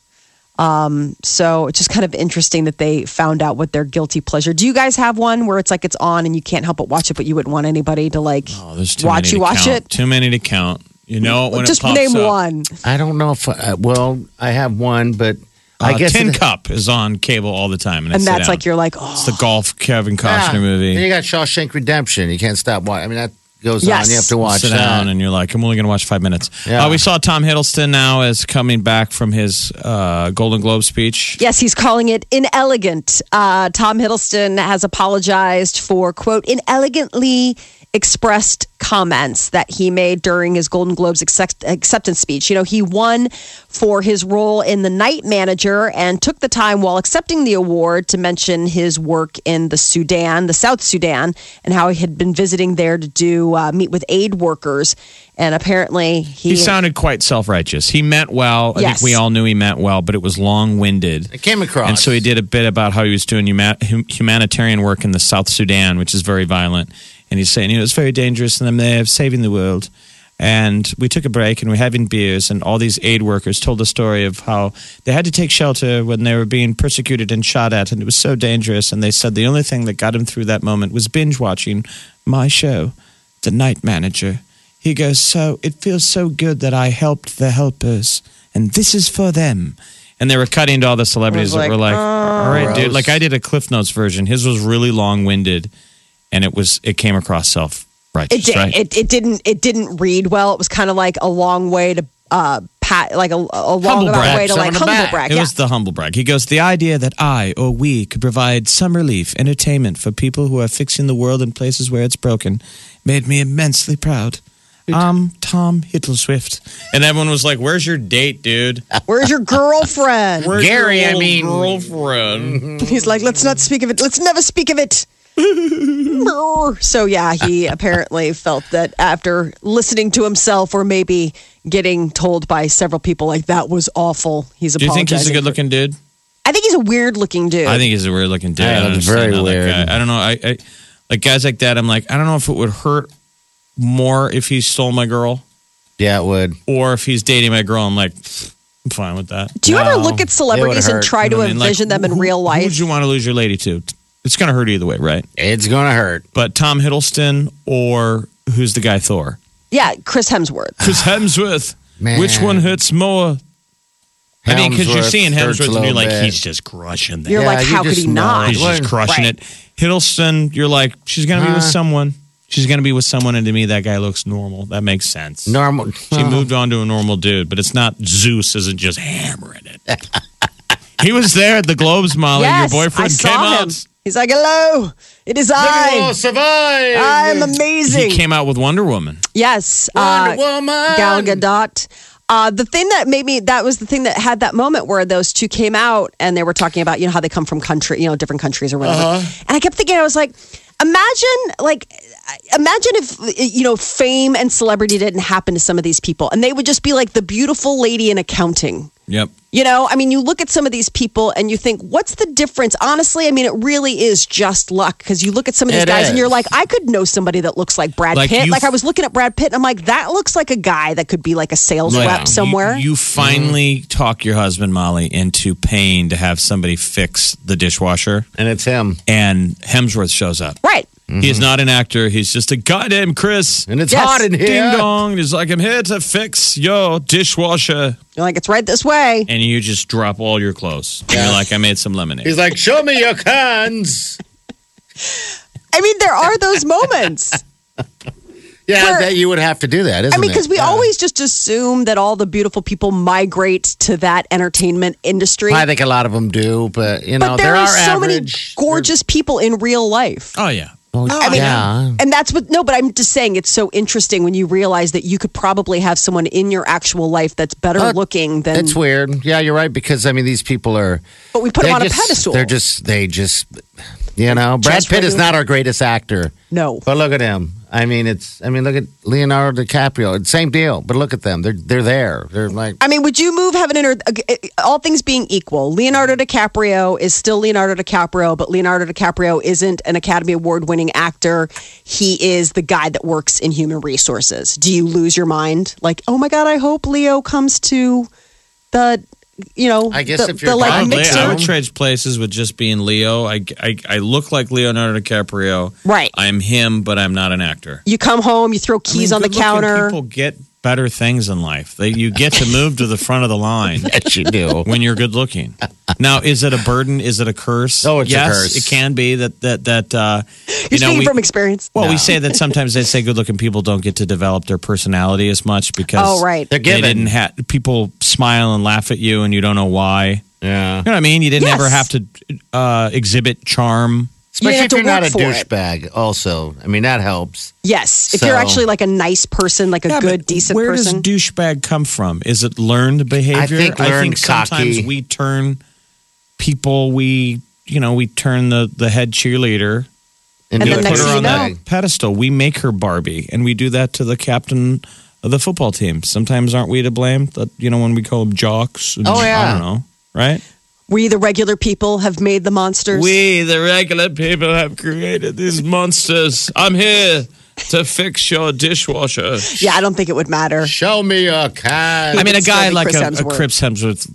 Speaker 2: Um, so it's just kind of interesting that they found out what their guilty pleasure. Do you guys have one where it's like it's on and you can't help but watch it, but you wouldn't want anybody to like
Speaker 4: Oh, there's too
Speaker 2: watch
Speaker 4: many
Speaker 2: you
Speaker 4: to
Speaker 2: watch
Speaker 4: count.
Speaker 2: it?
Speaker 4: Too many to count. You know it when
Speaker 2: just
Speaker 4: it pops
Speaker 2: name
Speaker 4: up.
Speaker 2: one.
Speaker 3: I don't know if. I, well, I have one, but I
Speaker 4: Uh,
Speaker 3: guess
Speaker 4: Tin
Speaker 3: it-
Speaker 4: Cup is on cable all the time, and, I
Speaker 2: And
Speaker 4: sit
Speaker 2: that's
Speaker 4: down.
Speaker 2: like Ah. you're like, oh,
Speaker 4: It's the golf Kevin Costner
Speaker 3: Yeah.
Speaker 4: movie.
Speaker 3: Then you got Shawshank Redemption. You can't stop watching. I mean, that goes
Speaker 2: Yes.
Speaker 3: on. You have to watch
Speaker 4: sit
Speaker 3: that.
Speaker 4: down and you're like, I'm only going to watch five minutes.
Speaker 3: Yeah.
Speaker 4: Uh, we saw Tom Hiddleston now is coming back from his uh, Golden Globe speech.
Speaker 2: Yes, he's calling it inelegant. Uh, Tom Hiddleston has apologized for, quote, inelegantly expressed comments that he made during his Golden Globes accept- acceptance speech. You know, he won for his role in The Night Manager and took the time while accepting the award to mention his work in the Sudan, the South Sudan, and how he had been visiting there to do uh, meet with aid workers. And apparently, he,
Speaker 4: He sounded quite self righteous. He meant well. I
Speaker 2: Yes.
Speaker 4: think we all knew he meant well, but it was long winded.
Speaker 3: It came across.
Speaker 4: And so he did a bit about how he was doing huma- hum- humanitarian work in the South Sudan, which is very violent. And he's saying, you know, it's very dangerous and I'm there saving the world. And we took a break and we're having beers, and all these aid workers told the story of how they had to take shelter when they were being persecuted and shot at, and it was so dangerous. And they said the only thing that got them through that moment was binge watching my show, The Night Manager. He goes, So it feels so good that I helped the helpers, and this is for them. And they were cutting to all the celebrities that were like, All right, dude.
Speaker 3: Gross.
Speaker 4: Like I did a Cliff Notes version. His was really long winded and it was it came across self righteous.
Speaker 2: it did,
Speaker 4: right?
Speaker 2: it, it didn't it didn't read well. It was kind of like a long way to uh, pat, like a, a long
Speaker 4: Humble brag,
Speaker 2: way to like
Speaker 3: someone to
Speaker 2: humble
Speaker 3: back.
Speaker 2: brag.
Speaker 4: It
Speaker 2: yeah.
Speaker 4: was the humble brag. He goes, The idea that I or we could provide some relief, entertainment for people who are fixing the world in places where it's broken made me immensely proud. I'm Tom Hiddleswift. And everyone was like, Where's your date, dude?
Speaker 2: Where's your girlfriend?
Speaker 4: Where's
Speaker 3: Gary,
Speaker 4: your
Speaker 3: I
Speaker 4: little
Speaker 3: mean.
Speaker 4: girlfriend.
Speaker 2: He's like, let's not speak of it. Let's never speak of it. so yeah, he apparently felt that after listening to himself, or maybe getting told by several people like that was awful. He's
Speaker 4: Do you
Speaker 2: apologizing.
Speaker 4: think he's a good looking dude?
Speaker 2: I think he's a weird looking dude.
Speaker 4: I think he's a weird looking dude.
Speaker 3: Yeah,
Speaker 4: I don't
Speaker 3: that's
Speaker 4: understand
Speaker 3: very
Speaker 4: how that
Speaker 3: weird.
Speaker 4: guy- I don't know. I, I like guys like that. I'm like, I don't know if it would hurt more if he stole my girl
Speaker 3: Yeah, it would.
Speaker 4: or if he's dating my girl. I'm like, I'm fine with that.
Speaker 2: Do you ever look at celebrities and
Speaker 3: hurt.
Speaker 2: try
Speaker 4: You know
Speaker 2: to
Speaker 4: what I mean? Like,
Speaker 2: envision them in
Speaker 4: who-
Speaker 2: real
Speaker 4: Who
Speaker 2: life?
Speaker 4: would you want to lose your lady to? It's going to hurt either way, right?
Speaker 3: It's gonna hurt.
Speaker 4: But Tom Hiddleston or who's the guy Thor?
Speaker 2: yeah, Chris Hemsworth.
Speaker 4: Chris Hemsworth.
Speaker 3: Man.
Speaker 4: Which one hurts more? I mean, because you're
Speaker 3: Hemsworth
Speaker 4: seeing
Speaker 3: hurts
Speaker 4: Hemsworth
Speaker 3: a
Speaker 4: and
Speaker 3: little
Speaker 4: you're like,
Speaker 3: bit.
Speaker 4: he's just crushing that.
Speaker 2: You're
Speaker 3: Yeah,
Speaker 2: like,
Speaker 3: you
Speaker 2: how could
Speaker 3: just
Speaker 2: he
Speaker 3: know.
Speaker 2: not?
Speaker 4: He's just crushing it. Hiddleston, you're like, she's gonna be with
Speaker 3: Huh?
Speaker 4: someone. She's gonna be with someone, and to me, that guy looks normal. That makes sense.
Speaker 3: Normal.
Speaker 4: She moved on to a normal dude, but it's not Zeus isn't just hammering it. he was there at the Globes, Molly.
Speaker 2: Yes,
Speaker 4: Your
Speaker 2: I
Speaker 4: boyfriend
Speaker 2: saw
Speaker 4: came
Speaker 2: him.
Speaker 4: out.
Speaker 2: He's like, hello, it is
Speaker 3: Oh,
Speaker 2: I.
Speaker 3: survive.
Speaker 2: I'm amazing.
Speaker 4: He came out with Wonder Woman.
Speaker 2: yes,
Speaker 3: Wonder
Speaker 2: uh,
Speaker 3: Woman.
Speaker 2: Gal Gadot. Uh, the thing that made me that was the thing that had that moment where those two came out and they were talking about you know how they come from country you know different countries or whatever
Speaker 4: Uh-huh.
Speaker 2: and i kept thinking i was like imagine like imagine if you know fame and celebrity didn't happen to some of these people and they would just be like the beautiful lady in accounting
Speaker 4: Yep.
Speaker 2: you know, I mean, you look at some of these people and you think, what's the difference? Honestly, I mean, it really is just luck because you look at some of these
Speaker 3: It
Speaker 2: guys and
Speaker 3: is.
Speaker 2: you're like, I could know somebody that looks like Brad
Speaker 4: Like
Speaker 2: Pitt.
Speaker 4: you-
Speaker 2: Like, I was looking at Brad Pitt and I'm like, that looks like a guy that could be like a sales
Speaker 4: Like,
Speaker 2: rep somewhere.
Speaker 4: You, you finally talk your husband Molly into paying to have somebody fix the dishwasher,
Speaker 3: and it's him.
Speaker 4: and Hemsworth shows up.
Speaker 2: right.
Speaker 4: He is not an actor. He's just a goddamn Chris.
Speaker 3: And it's
Speaker 2: Yes.
Speaker 3: hot in here.
Speaker 4: Ding dong. He's like, I'm here to fix your dishwasher.
Speaker 2: You're like, it's right this way.
Speaker 4: And you just drop all your clothes. And you're like, I made some lemonade.
Speaker 3: He's like, show me your cons.
Speaker 2: I mean, there are those moments.
Speaker 3: Yeah,
Speaker 2: Where-
Speaker 3: that you would have to do that, isn't
Speaker 2: I mean,
Speaker 3: it?
Speaker 2: because we
Speaker 3: Yeah.
Speaker 2: always just assume that all the beautiful people migrate to that entertainment industry.
Speaker 3: I think a lot of them do, but you know,
Speaker 2: but there, are, so
Speaker 3: average.
Speaker 2: many gorgeous people in real life.
Speaker 4: oh, yeah.
Speaker 3: I mean, yeah.
Speaker 2: And that's what, no, but I'm just saying it's so interesting when you realize that you could probably have someone in your actual life that's better
Speaker 3: Uh,
Speaker 2: looking than,
Speaker 3: It's weird. Yeah, you're right because I mean, these people are.
Speaker 2: but we put them
Speaker 3: they're
Speaker 2: on
Speaker 3: just-
Speaker 2: a pedestal.
Speaker 3: They're just. They just. You know, Brad
Speaker 2: Just
Speaker 3: Pitt is
Speaker 2: regular-
Speaker 3: not our greatest actor,
Speaker 2: no.
Speaker 3: but look at him. I mean, it's. I mean, look at Leonardo DiCaprio. It's Same deal, but look at them. They're they're there. They're like.
Speaker 2: I mean, would you move heaven and earth? uh, All things being equal, Leonardo DiCaprio is still Leonardo DiCaprio, but Leonardo DiCaprio isn't an Academy Award winning actor. He is the guy that works in human resources. Do you lose your mind? Like, oh my God, I hope Leo comes to the, you know,
Speaker 3: I guess
Speaker 2: the,
Speaker 3: if you're
Speaker 2: the, like,
Speaker 4: Probably.
Speaker 2: mixer.
Speaker 4: I would trade places with just being Leo. I, I, I look like Leonardo DiCaprio.
Speaker 2: Right.
Speaker 4: I'm him, but I'm not an actor.
Speaker 2: You come home, you throw keys
Speaker 4: I mean,
Speaker 2: on the
Speaker 4: good-looking
Speaker 2: counter.
Speaker 4: People get better things in life. They, you get to move to the front of the line
Speaker 3: Yes, you do.
Speaker 4: when you're good looking. Now, is it a burden? Is it a curse?
Speaker 3: Oh, it's a
Speaker 4: yes,
Speaker 3: curse.
Speaker 4: It can be that that that uh,
Speaker 2: You're
Speaker 4: you know
Speaker 2: speaking
Speaker 4: we,
Speaker 2: from experience.
Speaker 4: well, we say that sometimes they say good-looking people don't get to develop their personality as much because
Speaker 2: Oh, right.
Speaker 3: They're
Speaker 4: they
Speaker 3: given.
Speaker 4: didn't have people smile and laugh at you and you don't know why.
Speaker 3: yeah.
Speaker 4: You know what I mean? You didn't
Speaker 2: Yes.
Speaker 4: ever have to uh, exhibit charm.
Speaker 3: Especially
Speaker 2: have
Speaker 3: if
Speaker 2: to
Speaker 3: you're not a
Speaker 2: work for it.
Speaker 3: douchebag, also. I mean, that helps.
Speaker 2: Yes, if you're
Speaker 3: So-
Speaker 2: actually like a nice person, like a
Speaker 4: Yeah,
Speaker 2: good,
Speaker 4: but
Speaker 2: decent
Speaker 4: where
Speaker 2: person.
Speaker 4: does douchebag come from? Is it learned behavior?
Speaker 3: think learned
Speaker 4: sometimes
Speaker 3: cocky.
Speaker 4: we turn people we you know we turn the the head cheerleader
Speaker 2: And
Speaker 3: do
Speaker 2: the
Speaker 3: it.
Speaker 2: next
Speaker 4: put her
Speaker 2: thing
Speaker 4: on
Speaker 2: you
Speaker 4: that
Speaker 2: know-
Speaker 4: pedestal. We make her Barbie, and we do that to the captain of the football team. Sometimes aren't we to blame? That you know when we call them jocks. and-
Speaker 3: Oh,
Speaker 4: I
Speaker 3: yeah.
Speaker 4: don't know, right?
Speaker 2: we, the regular people, have made the monsters.
Speaker 4: We, the regular people, have created these monsters. I'm here to fix your dishwasher.
Speaker 2: yeah, I don't think it would matter.
Speaker 3: Show me a cat.
Speaker 4: I mean, a
Speaker 2: would still
Speaker 4: guy
Speaker 2: be
Speaker 4: like
Speaker 2: Chris
Speaker 4: a, a
Speaker 2: Hemsworth.
Speaker 4: Chris Hemsworth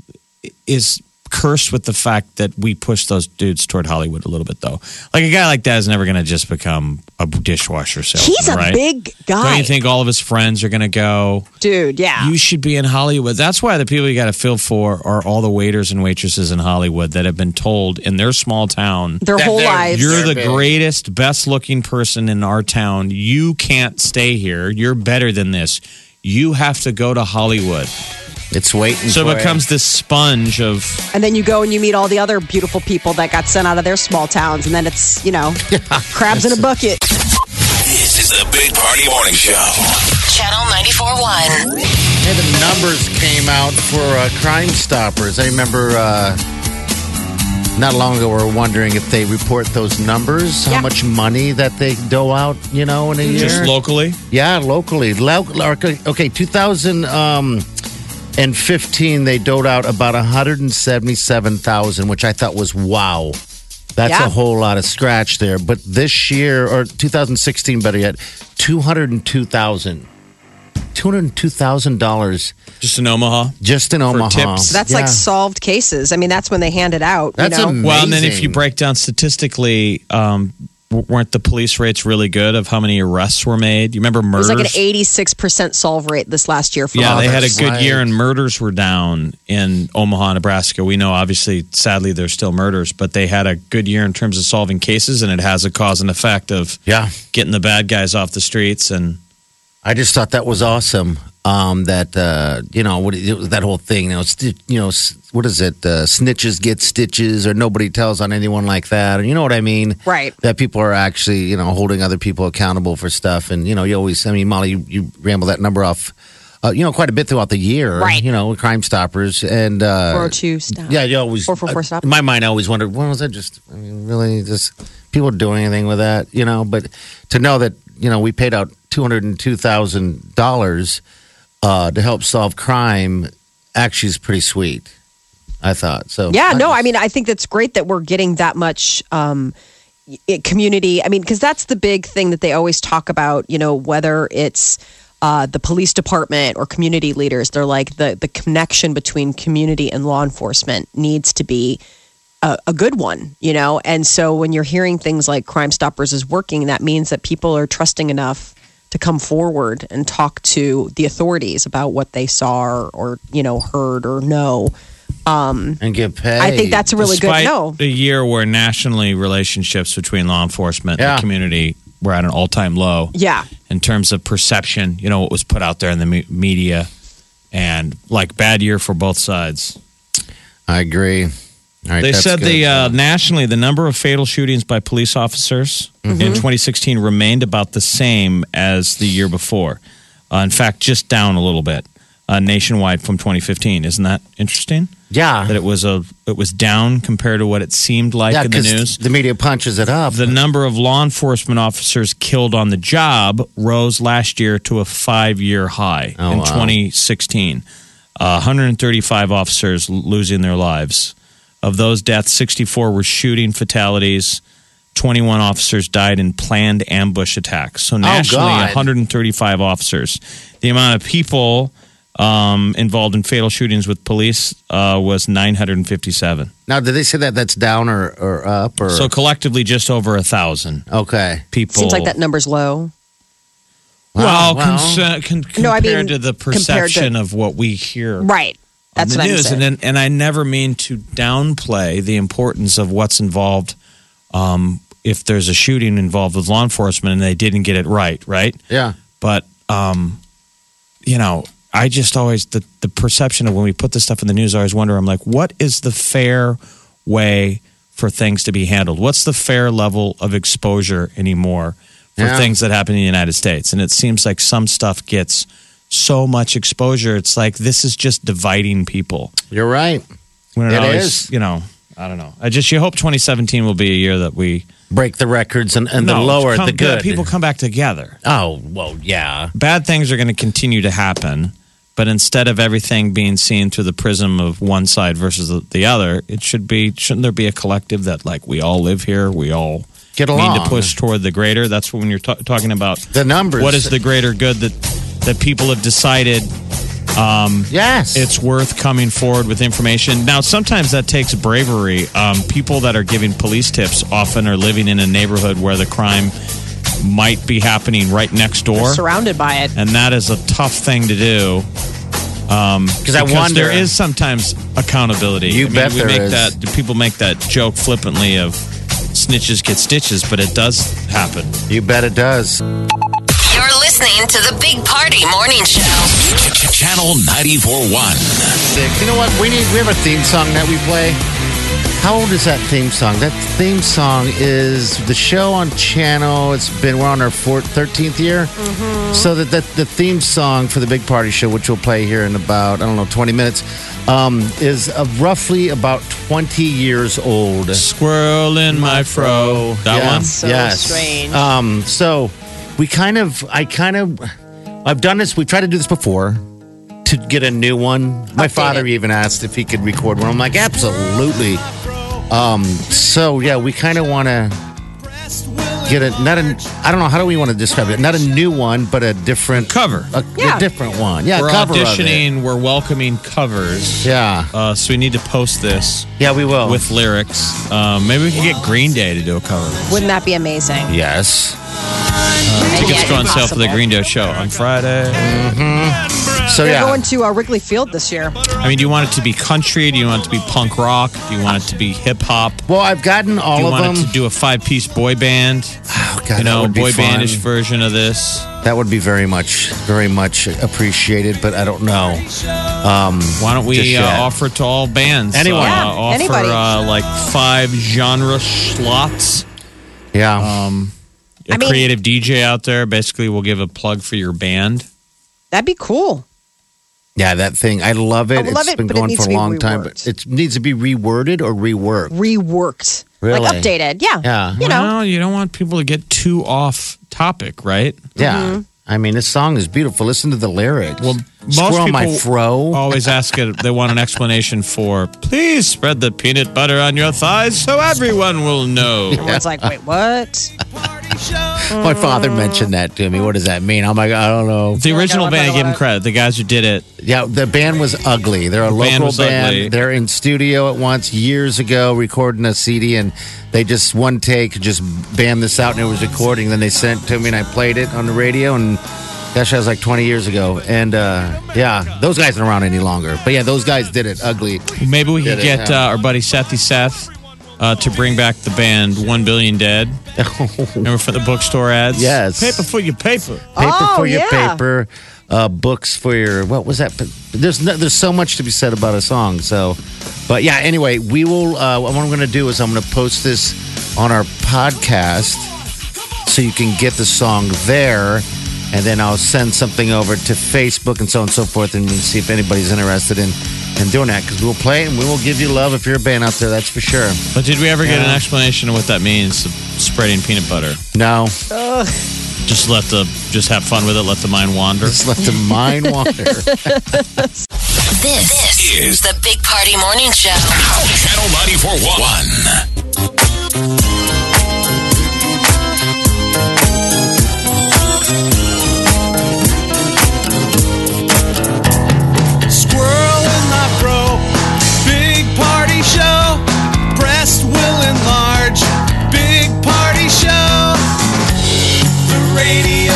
Speaker 4: is cursed with the fact that we push those dudes toward Hollywood a little bit, though. Like a guy like that is never going to just become a dishwasher salesman.
Speaker 2: He's a
Speaker 4: right?
Speaker 2: big guy,
Speaker 4: Don't you think all of his friends are going to go?
Speaker 2: dude. Yeah,
Speaker 4: You should be in Hollywood. That's why the people you got to feel for are all the waiters and waitresses in Hollywood that have been told in their small town.
Speaker 2: their
Speaker 3: That-
Speaker 2: whole
Speaker 3: they're-
Speaker 2: lives.
Speaker 4: You're the
Speaker 3: big.
Speaker 4: greatest, best looking person in our town. You can't stay here. You're better than this. You have to go to Hollywood.
Speaker 3: It's waiting
Speaker 4: So
Speaker 3: for
Speaker 4: it becomes this sponge of
Speaker 2: and then you go and you meet all the other beautiful people that got sent out of their small towns, and then it's you know crabs in a bucket.
Speaker 1: This is the Big Party Morning Show.
Speaker 6: Channel 94.1.
Speaker 3: Hey, the numbers came out for uh, Crime Stoppers. I remember uh, not long ago we were wondering if they report those numbers,
Speaker 2: Yeah.
Speaker 3: how much money that they dole out, you know, in a year.
Speaker 4: just locally.
Speaker 3: yeah, locally. Lo- okay, okay, 2015 they doled out about 177,000, which I thought was wow. That's
Speaker 2: Yeah.
Speaker 3: a whole lot of scratch there. But this year, or 2016 better yet, 202,000. $202,000
Speaker 4: Just in Omaha.
Speaker 3: just in Omaha.
Speaker 4: tips.
Speaker 2: So that's like
Speaker 3: Yeah.
Speaker 2: solved cases. I mean, that's when they hand it out.
Speaker 3: That's
Speaker 2: you know?
Speaker 3: amazing.
Speaker 4: Well, and then if you break down statistically, um, w- weren't the police rates really good of how many arrests were made? You remember
Speaker 2: it was
Speaker 4: murders?
Speaker 2: like an 86% solve rate this last year for
Speaker 4: yeah, they had a
Speaker 3: that's
Speaker 4: good year,
Speaker 3: right.
Speaker 4: and murders were down in Omaha, Nebraska. We know, obviously, sadly, there's still murders, but they had a good year in terms of solving cases, and it has a cause and effect of
Speaker 3: Yeah.
Speaker 4: getting the bad guys off the streets. And
Speaker 3: I just thought that was awesome. Um, that uh, you know what it was that whole thing. You know, sti- you know s- what is it? Uh, snitches get stitches, or nobody tells on anyone like that. Or you know what I mean?
Speaker 2: Right.
Speaker 3: That people are actually you know holding other people accountable for stuff, and you know you always. I mean, Molly, you, you ramble that number off. Uh, you know, quite a bit throughout the year.
Speaker 2: Right.
Speaker 3: You know, with Crime Stoppers and uh,
Speaker 2: 402 stop.
Speaker 3: yeah, you always. uh,
Speaker 2: Four, four, four, stop.
Speaker 3: In my mind, I always wondered, when was that just, I mean, really, just people doing anything with that, you know? But to know that, you know, we paid out $202,000 uh, to help solve crime actually is pretty sweet, I thought. So,
Speaker 2: Yeah, no,
Speaker 3: just-
Speaker 2: I mean, I think that's great that we're getting that much um, it, community. I mean, because that's the big thing that they always talk about, you know, whether it's uh, the police department or community leaders, they're like the, the connection between community and law enforcement needs to be a, a good one, you know? And so when you're hearing things like Crime Stoppers is working, that means that people are trusting enough to come forward and talk to the authorities about what they saw or, or you know, heard or know.
Speaker 3: and get paid.
Speaker 2: I think that's a really
Speaker 4: despite
Speaker 2: good no.
Speaker 4: The year where nationally relationships between law enforcement and
Speaker 3: Yeah.
Speaker 4: the community were at an all time low.
Speaker 2: Yeah.
Speaker 4: in terms of perception, you know, what was put out there in the me- media and like bad year for both sides.
Speaker 3: I agree. All right,
Speaker 4: They
Speaker 3: that's
Speaker 4: said the
Speaker 3: good.
Speaker 4: uh, nationally the number of fatal shootings by police officers
Speaker 3: Mm-hmm.
Speaker 4: in 2016 remained about the same as the year before. Uh, in fact, just down a little bit uh, nationwide from 2015. Isn't that interesting?
Speaker 3: yeah.
Speaker 4: That it was a it was down compared to what it seemed like
Speaker 3: Uh. yeah,
Speaker 4: in the
Speaker 3: 'cause
Speaker 4: news.
Speaker 3: the media punches it up.
Speaker 4: The number of law enforcement officers killed on the job rose last year to a five year high
Speaker 3: Oh,
Speaker 4: in
Speaker 3: wow.
Speaker 4: 2016. Uh, 135 officers l- losing their lives. Of those deaths, 64 were shooting fatalities. 21 officers died in planned ambush attacks. So nationally,
Speaker 3: God.
Speaker 4: 135 officers. The amount of people um, involved in fatal shootings with police uh, was 957.
Speaker 3: now, did they say that that's down or, or up? or
Speaker 4: So collectively, just over a thousand
Speaker 3: Okay.
Speaker 4: people.
Speaker 2: Seems like that number's low.
Speaker 4: Well,
Speaker 3: Wow, well.
Speaker 4: conce- con- compared
Speaker 2: No, I mean,
Speaker 4: to the
Speaker 2: compared to-
Speaker 4: perception of what we hear
Speaker 2: Right.
Speaker 4: on
Speaker 2: That's
Speaker 4: the
Speaker 2: what
Speaker 4: news,
Speaker 2: I'm saying.
Speaker 4: and and I never mean to downplay the importance of what's involved. Um, if there's a shooting involved with law enforcement and they didn't get it right, right?
Speaker 3: Yeah.
Speaker 4: But um, you know, I just always the the perception of when we put this stuff in the news, I always wonder. I'm like, what is the fair way? for things to be handled? What's the fair level of exposure anymore for
Speaker 3: Yeah.
Speaker 4: things that happen in the United States? And it seems like some stuff gets so much exposure. It's like this is just dividing people.
Speaker 3: You're right.
Speaker 4: When
Speaker 3: It
Speaker 4: always,
Speaker 3: is.
Speaker 4: you know, I don't know. I just you hope 2017 will be a year that we
Speaker 3: Break the records and, and the
Speaker 4: No,
Speaker 3: lower
Speaker 4: come-
Speaker 3: the good.
Speaker 4: people come back together.
Speaker 3: oh well, yeah.
Speaker 4: bad things are going to continue to happen, but instead of everything being seen through the prism of one side versus the- the other, it should be shouldn't there be a collective that like we all live here, we all
Speaker 3: Get
Speaker 4: need to
Speaker 3: along.
Speaker 4: push toward the greater. That's when you're ta- talking about
Speaker 3: The numbers.
Speaker 4: What is the greater good that that people have decided
Speaker 3: Yes.
Speaker 4: it's worth coming forward with information. Now, sometimes that takes bravery. Um, people that are giving police tips often are living in a neighborhood where the crime might be happening right next door
Speaker 2: surrounded by it.
Speaker 4: and that is a tough thing to do.
Speaker 3: because I
Speaker 4: because
Speaker 3: wonder
Speaker 4: there is sometimes accountability.
Speaker 3: You
Speaker 4: I mean,
Speaker 3: bet
Speaker 4: we
Speaker 3: there
Speaker 4: make
Speaker 3: is.
Speaker 4: that people make that joke flippantly of snitches get stitches, but it does happen.
Speaker 3: You bet it does.
Speaker 6: You're listening to the Big Party Morning Show.
Speaker 1: Channel 94.1.
Speaker 3: You know what? We need. We have a theme song that we play. How old is that theme song? That theme song is the show on channel. It's been we're on our fourth, 13th year. So that, that the theme song for the big party show, which we'll play here in about I don't know 20 minutes, um, is uh, roughly about 20 years old.
Speaker 4: Squirrel in my fro. That
Speaker 3: Yeah.
Speaker 4: one.
Speaker 2: So
Speaker 3: Yes.
Speaker 2: strange.
Speaker 3: Um, so we kind of, I kind of, I've done this. We've tried to do this before to get a new one. My father even asked if he could record one. I'm like, absolutely. Um, so yeah, we kind of want to get a not a I don't know how do we want to describe it? Not a new one, but a different
Speaker 4: Cover.
Speaker 3: A,
Speaker 2: Yeah.
Speaker 3: a different one. Yeah, a
Speaker 4: we're
Speaker 3: cover Of
Speaker 4: auditioning. We're welcoming covers.
Speaker 3: it. Yeah,
Speaker 4: Uh, so we need to post this
Speaker 3: yeah, we will.
Speaker 4: with lyrics. Um, maybe we can get Green Day to do a cover.
Speaker 2: Wouldn't that be amazing?
Speaker 3: yes.
Speaker 4: Tickets
Speaker 2: Yeah,
Speaker 4: go on sale for the
Speaker 2: impossible.
Speaker 4: Green Day show on Friday.
Speaker 3: So
Speaker 2: They're
Speaker 3: yeah,
Speaker 2: going to uh, Wrigley Field this year.
Speaker 4: I mean, do you want it to be country? Do you want it to be punk rock? Do you want it to be hip hop?
Speaker 3: well, I've gotten all
Speaker 4: Do you
Speaker 3: of
Speaker 4: want
Speaker 3: them.
Speaker 4: it to do a five piece boy band?
Speaker 3: Oh, God, that
Speaker 4: you know,
Speaker 3: would be
Speaker 4: boy
Speaker 3: fun.
Speaker 4: bandish version of this.
Speaker 3: That would be very much, very much appreciated, but I don't know.
Speaker 4: Why don't
Speaker 3: Just
Speaker 4: we uh,
Speaker 3: yet.
Speaker 4: offer it to all bands?
Speaker 3: Anyone.
Speaker 4: Uh,
Speaker 3: Yeah,
Speaker 4: offer
Speaker 2: anybody.
Speaker 4: Uh, like five genre slots.
Speaker 3: Yeah.
Speaker 2: Um,
Speaker 4: A
Speaker 2: I mean-
Speaker 4: creative DJ out there basically will give a plug for your band.
Speaker 2: That'd be cool.
Speaker 3: yeah, that thing. I love it.
Speaker 2: I love
Speaker 3: it's
Speaker 2: it,
Speaker 3: been
Speaker 2: but it
Speaker 3: going
Speaker 2: needs
Speaker 3: for
Speaker 2: to be
Speaker 3: a long time, but
Speaker 2: reworked.
Speaker 3: it needs to be reworded or reworked.
Speaker 2: Reworked, like
Speaker 3: Really?
Speaker 2: updated. Yeah.
Speaker 3: Yeah.
Speaker 2: You know,
Speaker 4: Well, you don't want people to get too off topic, right?
Speaker 2: Mm-hmm.
Speaker 3: Yeah. I mean, this song is beautiful. Listen to the lyrics. Well,
Speaker 4: most
Speaker 3: Squirrel my
Speaker 4: people-
Speaker 3: fro.
Speaker 4: Always ask it. They want an explanation for. Please spread the peanut butter on your thighs so everyone will know.
Speaker 2: everyone's like, wait, what? Oh.
Speaker 3: My father mentioned that to me. What does that mean? I'm like, I don't know.
Speaker 4: The original
Speaker 2: what
Speaker 4: band, I
Speaker 2: about
Speaker 4: give them
Speaker 2: it?
Speaker 4: credit. The guys who did it,
Speaker 3: Yeah, the band was ugly. They're a
Speaker 4: band
Speaker 3: local
Speaker 4: was
Speaker 3: band.
Speaker 4: ugly.
Speaker 3: They're in studio at once years ago recording a CD, and they just one take just banned this out, and it was recording. Then they sent it to me, and I played it on the radio. And gosh, that was like 20 years ago. And uh, yeah, those guys aren't around any longer. But yeah, those guys did it ugly.
Speaker 4: Maybe we
Speaker 3: Did
Speaker 4: could
Speaker 3: it,
Speaker 4: get uh,
Speaker 3: yeah.
Speaker 4: our buddy Sethy Seth uh, to bring back the band One Billion Dead.
Speaker 3: Oh,
Speaker 4: Remember from the bookstore ads?
Speaker 3: Yes.
Speaker 4: Paper for your paper.
Speaker 3: Paper
Speaker 2: Oh,
Speaker 3: for your
Speaker 2: yeah.
Speaker 3: paper, uh, books for your what was that? But There's no, there's so much to be said about a song. So, but yeah. Anyway, we will. Uh, what I'm going to do is I'm going to post this on our podcast, so you can get the song there, and then I'll send something over to Facebook and so on and so forth, and see if anybody's interested in in doing that because we'll play it and we will give you love if you're a band out there. That's for sure.
Speaker 4: But did we ever get an explanation of what that means, spreading peanut butter?
Speaker 3: No,
Speaker 4: Just let the, just have fun with it, let the mind wander.
Speaker 3: just let the mind wander.
Speaker 6: This, is the Big Party Morning Show.
Speaker 1: Channel 94.1.
Speaker 5: Squirrel in my fro. Big party show. Breast will enlarge. Big party show. The radio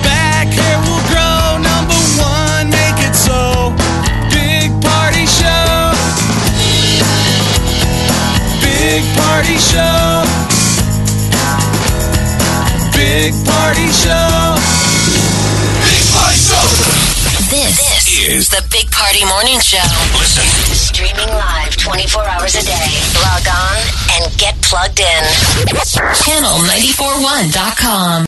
Speaker 5: Back hair will grow. Number one, make it so. Party Show. Big Party Show. Big Party Show.
Speaker 6: This, is the Big Party Morning Show. Listen. Streaming live 24 hours a day. Log on and get plugged in. Channel941.com.